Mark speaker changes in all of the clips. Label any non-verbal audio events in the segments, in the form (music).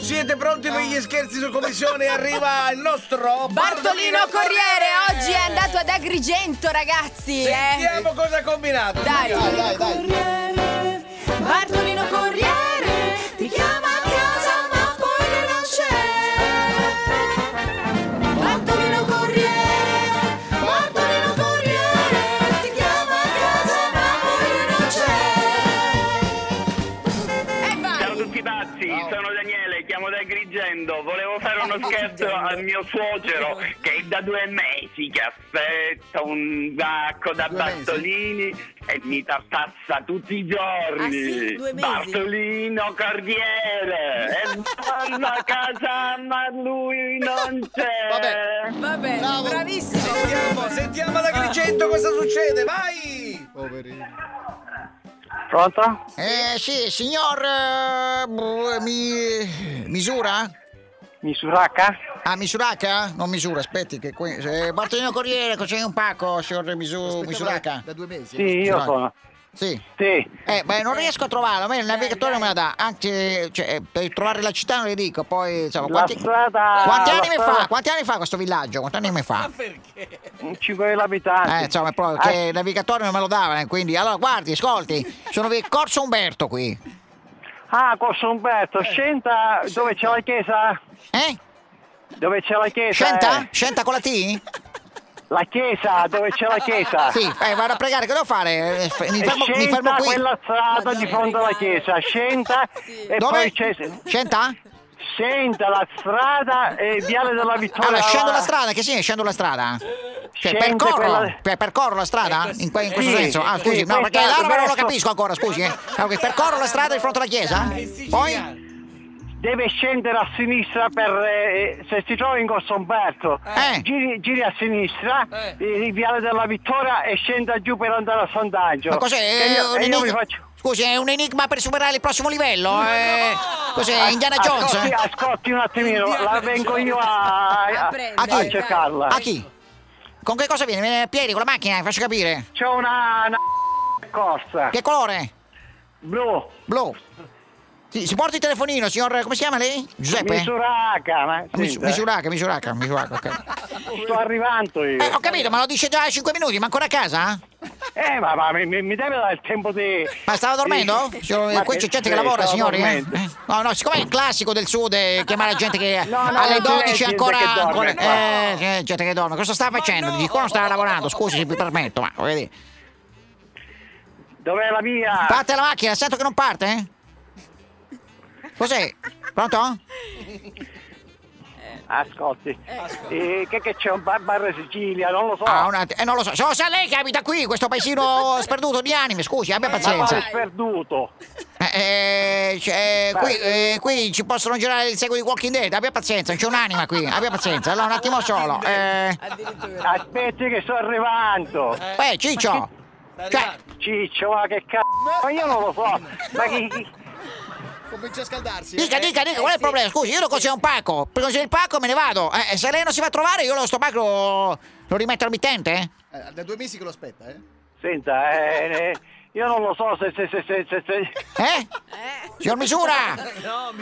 Speaker 1: Siete pronti per gli scherzi su commissione? Arriva il nostro
Speaker 2: Bartolino Corriere oggi è andato ad Agrigento, ragazzi. eh.
Speaker 1: Sentiamo cosa ha combinato.
Speaker 2: Dai.
Speaker 1: Andiamo.
Speaker 3: Dai, dai.
Speaker 2: Bartolino Corriere ti chiama a casa ma poi lei non c'è. Bartolino Corriere, Bartolino Corriere ti chiama a casa ma poi lei non c'è. E
Speaker 4: Ciao a
Speaker 2: vai.
Speaker 4: tutti pazzi, sono Daniele, chiamo da Grigendo, volevo fare uno scherzo al mio suocero che è da due mesi che aspetta un bacco da
Speaker 3: Due mesi?
Speaker 4: Bartolini e mi passa tutti i giorni.
Speaker 2: Ah, sì? Due mesi?
Speaker 4: Bartolino Corriere! e vanno a casa ma lui non c'è!
Speaker 3: Vabbè.
Speaker 2: Va bene,
Speaker 3: Bravo.
Speaker 2: bravissimo.
Speaker 1: Sentiamo, sentiamo da Grigento cosa succede. Vai!
Speaker 3: Poverino.
Speaker 4: Pronto?
Speaker 3: Eh, sì, signor... eh, boh, mi... Misura?
Speaker 4: Misuraka?
Speaker 3: Ah, misuraca? Non misura, aspetti che qui... eh, Bartolino Corriere, c'è un pacco, signor misu... Misuraca?
Speaker 5: Da due mesi.
Speaker 4: Sì, io
Speaker 3: Vai.
Speaker 4: sono.
Speaker 3: Sì.
Speaker 4: Sì.
Speaker 3: Eh, beh, non riesco a trovarlo, a me il navigatore non me la dà, anche cioè, eh, per trovare la città non le dico, poi insomma,
Speaker 4: La
Speaker 3: quanti,
Speaker 4: strada-
Speaker 3: quanti anni
Speaker 4: la
Speaker 3: mi
Speaker 4: strada-
Speaker 3: fa? Quanti anni fa questo villaggio? Quanti anni mi fa?
Speaker 4: 5.000 abitanti.
Speaker 3: Eh, insomma, proprio che il navigatore non me lo dava, eh, quindi allora guardi, ascolti, sono via Corso Umberto qui.
Speaker 4: Ah, Corso Umberto, scenda dove c'è la chiesa?
Speaker 3: Eh?
Speaker 4: Dove c'è la chiesa?
Speaker 3: Scenta?
Speaker 4: eh?
Speaker 3: Scenta con la T?
Speaker 4: La chiesa, dove c'è la chiesa?
Speaker 3: (laughs) Sì, eh, vado a pregare, che devo fare? Eh, f- Mi
Speaker 4: E
Speaker 3: fermo, mi
Speaker 4: scenda
Speaker 3: fermo qui.
Speaker 4: quella strada di fronte alla chiesa, scenda e
Speaker 3: Dove?
Speaker 4: poi c'è...
Speaker 3: Scenta?
Speaker 4: Scenda la strada e Viale della Vittoria.
Speaker 3: Allora, scendo la
Speaker 4: la-
Speaker 3: strada, che sì, scendo la strada. Cioè,
Speaker 4: Scende
Speaker 3: percorro,
Speaker 4: quella-
Speaker 3: per- percorro la strada? In, que- in questo
Speaker 4: Ecco, Sì,
Speaker 3: senso? Ah,
Speaker 4: sì,
Speaker 3: scusi, no,
Speaker 4: questa-
Speaker 3: perché l'araba non lo
Speaker 4: adesso-
Speaker 3: capisco ancora, scusi. Eh. Ah, ok, Percorro la strada di fronte alla chiesa? Poi?
Speaker 4: Deve scendere a sinistra per... eh, se si trova in Corso Umberto,
Speaker 3: Eh.
Speaker 4: giri, giri a sinistra, eh, il Viale della Vittoria e scenda giù per andare a Sant'Angelo.
Speaker 3: Ma cos'è? Eh,
Speaker 4: E
Speaker 3: È
Speaker 4: io,
Speaker 3: un
Speaker 4: e io mi
Speaker 3: enigma-
Speaker 4: faccio...
Speaker 3: Scusi, è un enigma per superare il prossimo livello? Eh, Cos'è? Indiana Jones?
Speaker 4: Ascolti, ascolti un attimino, la vengo io a,
Speaker 2: A
Speaker 4: a,
Speaker 2: prendere,
Speaker 4: a
Speaker 3: dai.
Speaker 4: cercarla.
Speaker 3: A chi? Con che cosa viene? Viene a piedi, con la macchina, faccio capire.
Speaker 4: C'è una, una corsa
Speaker 3: Che colore?
Speaker 4: blu,
Speaker 3: Blu. Sì, si porta il telefonino, signor. Come si chiama lei? Giuseppe?
Speaker 4: misuraca, ma
Speaker 3: Misu-
Speaker 4: senta,
Speaker 3: misuraca, misuraca, misuraca, ok.
Speaker 4: sto arrivando io.
Speaker 3: Eh, ho capito, ma lo dice già da 5 minuti, ma ancora a casa?
Speaker 4: Eh, ma, ma mi, mi- mi deve dare il tempo di...
Speaker 3: Ma stava dormendo?
Speaker 4: di-
Speaker 3: Signor-
Speaker 4: Ma
Speaker 3: Qui c'è gente che
Speaker 4: sì,
Speaker 3: lavora,
Speaker 4: stavo
Speaker 3: signori. eh?
Speaker 4: dormendo.
Speaker 3: Eh? No, no, siccome è il classico del sud, eh, chiamare la gente che
Speaker 4: No, no,
Speaker 3: alle
Speaker 4: non c'è
Speaker 3: 12
Speaker 4: gente
Speaker 3: ancora.
Speaker 4: che dorme
Speaker 3: ancora
Speaker 4: qua.
Speaker 3: eh, c'è gente che dorme. Cosa sta facendo? Dici, Qua non sta lavorando, scusi se mi permetto, ma vedi.
Speaker 4: Dov'è la mia?
Speaker 3: Parte la macchina, sento che non parte? eh? Cos'è? Pronto?
Speaker 4: Ascolti, eh, che, che c'è un bar, bar Sicilia, non lo so.
Speaker 3: Ah, una- eh, non lo so. So sa lei che abita qui, questo paesino sperduto di anime, scusi, abbia
Speaker 4: Ma
Speaker 3: pazienza.
Speaker 4: vado sperduto.
Speaker 3: Eh, eh, c'è- qui, eh, qui ci possono girare il seguito di Walking Dead, abbia pazienza, c'è un'anima qui, abbia pazienza. Allora, un
Speaker 2: (laughs)
Speaker 3: attimo solo. Eh,
Speaker 4: Aspetti che sto arrivando.
Speaker 3: eh, Ciccio! Cioè,
Speaker 4: Ciccio, ma che cazzo? Ma io non lo so. Ma chi... chi-
Speaker 5: Comincia a scaldarsi. eh.
Speaker 3: dica, dica, dica, qual è il problema? Scusi, io lo consiglio un pacco. Per consiglio il pacco me ne vado. Eh, se lei non si fa trovare, io lo sto pacco lo rimetto al mittente.
Speaker 5: Eh, da due mesi che lo aspetta, eh.
Speaker 4: Senta, eh, eh, io non lo so se... se, se, se, se, se...
Speaker 3: Eh? Signor Misura!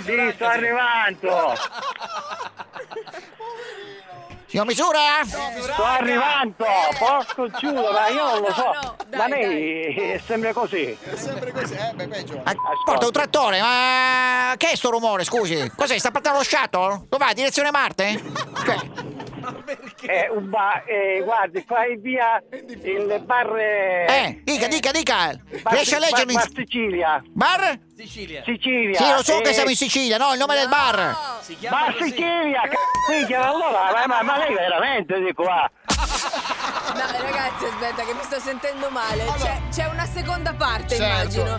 Speaker 4: Sì, sto arrivando.
Speaker 3: Signor Misura!
Speaker 4: Sto arrivando. Porco giuro, ma io non lo so.
Speaker 2: Eh. No, no, dai,
Speaker 4: Da me è sempre così.
Speaker 5: È sempre così, eh. Beh, peggio.
Speaker 3: Ah, Porta un trattore, ma che è sto rumore, scusi? Cos'è? Sta partendo lo shuttle? Dov'è? Direzione Marte? Cioè,
Speaker 4: Eh, un ba- eh, guardi, qua è via il bar...
Speaker 3: Eh, dica, dica, dica.
Speaker 4: bar-
Speaker 3: Riesce a leggermi?
Speaker 4: Bar, bar Sicilia.
Speaker 3: Bar?
Speaker 1: Sicilia.
Speaker 4: Sicilia.
Speaker 3: Sì, lo so che
Speaker 4: eh,
Speaker 3: siamo in Sicilia, no? Il nome del bar.
Speaker 1: Si (laughs) chiama
Speaker 4: Bar
Speaker 1: così.
Speaker 4: Sicilia, c***o, minchia, allora, ma- ma, ma lei veramente di qua?
Speaker 2: No, ragazzi, aspetta che mi sto sentendo male. C'è, c'è una seconda parte,
Speaker 5: Certo.
Speaker 2: immagino.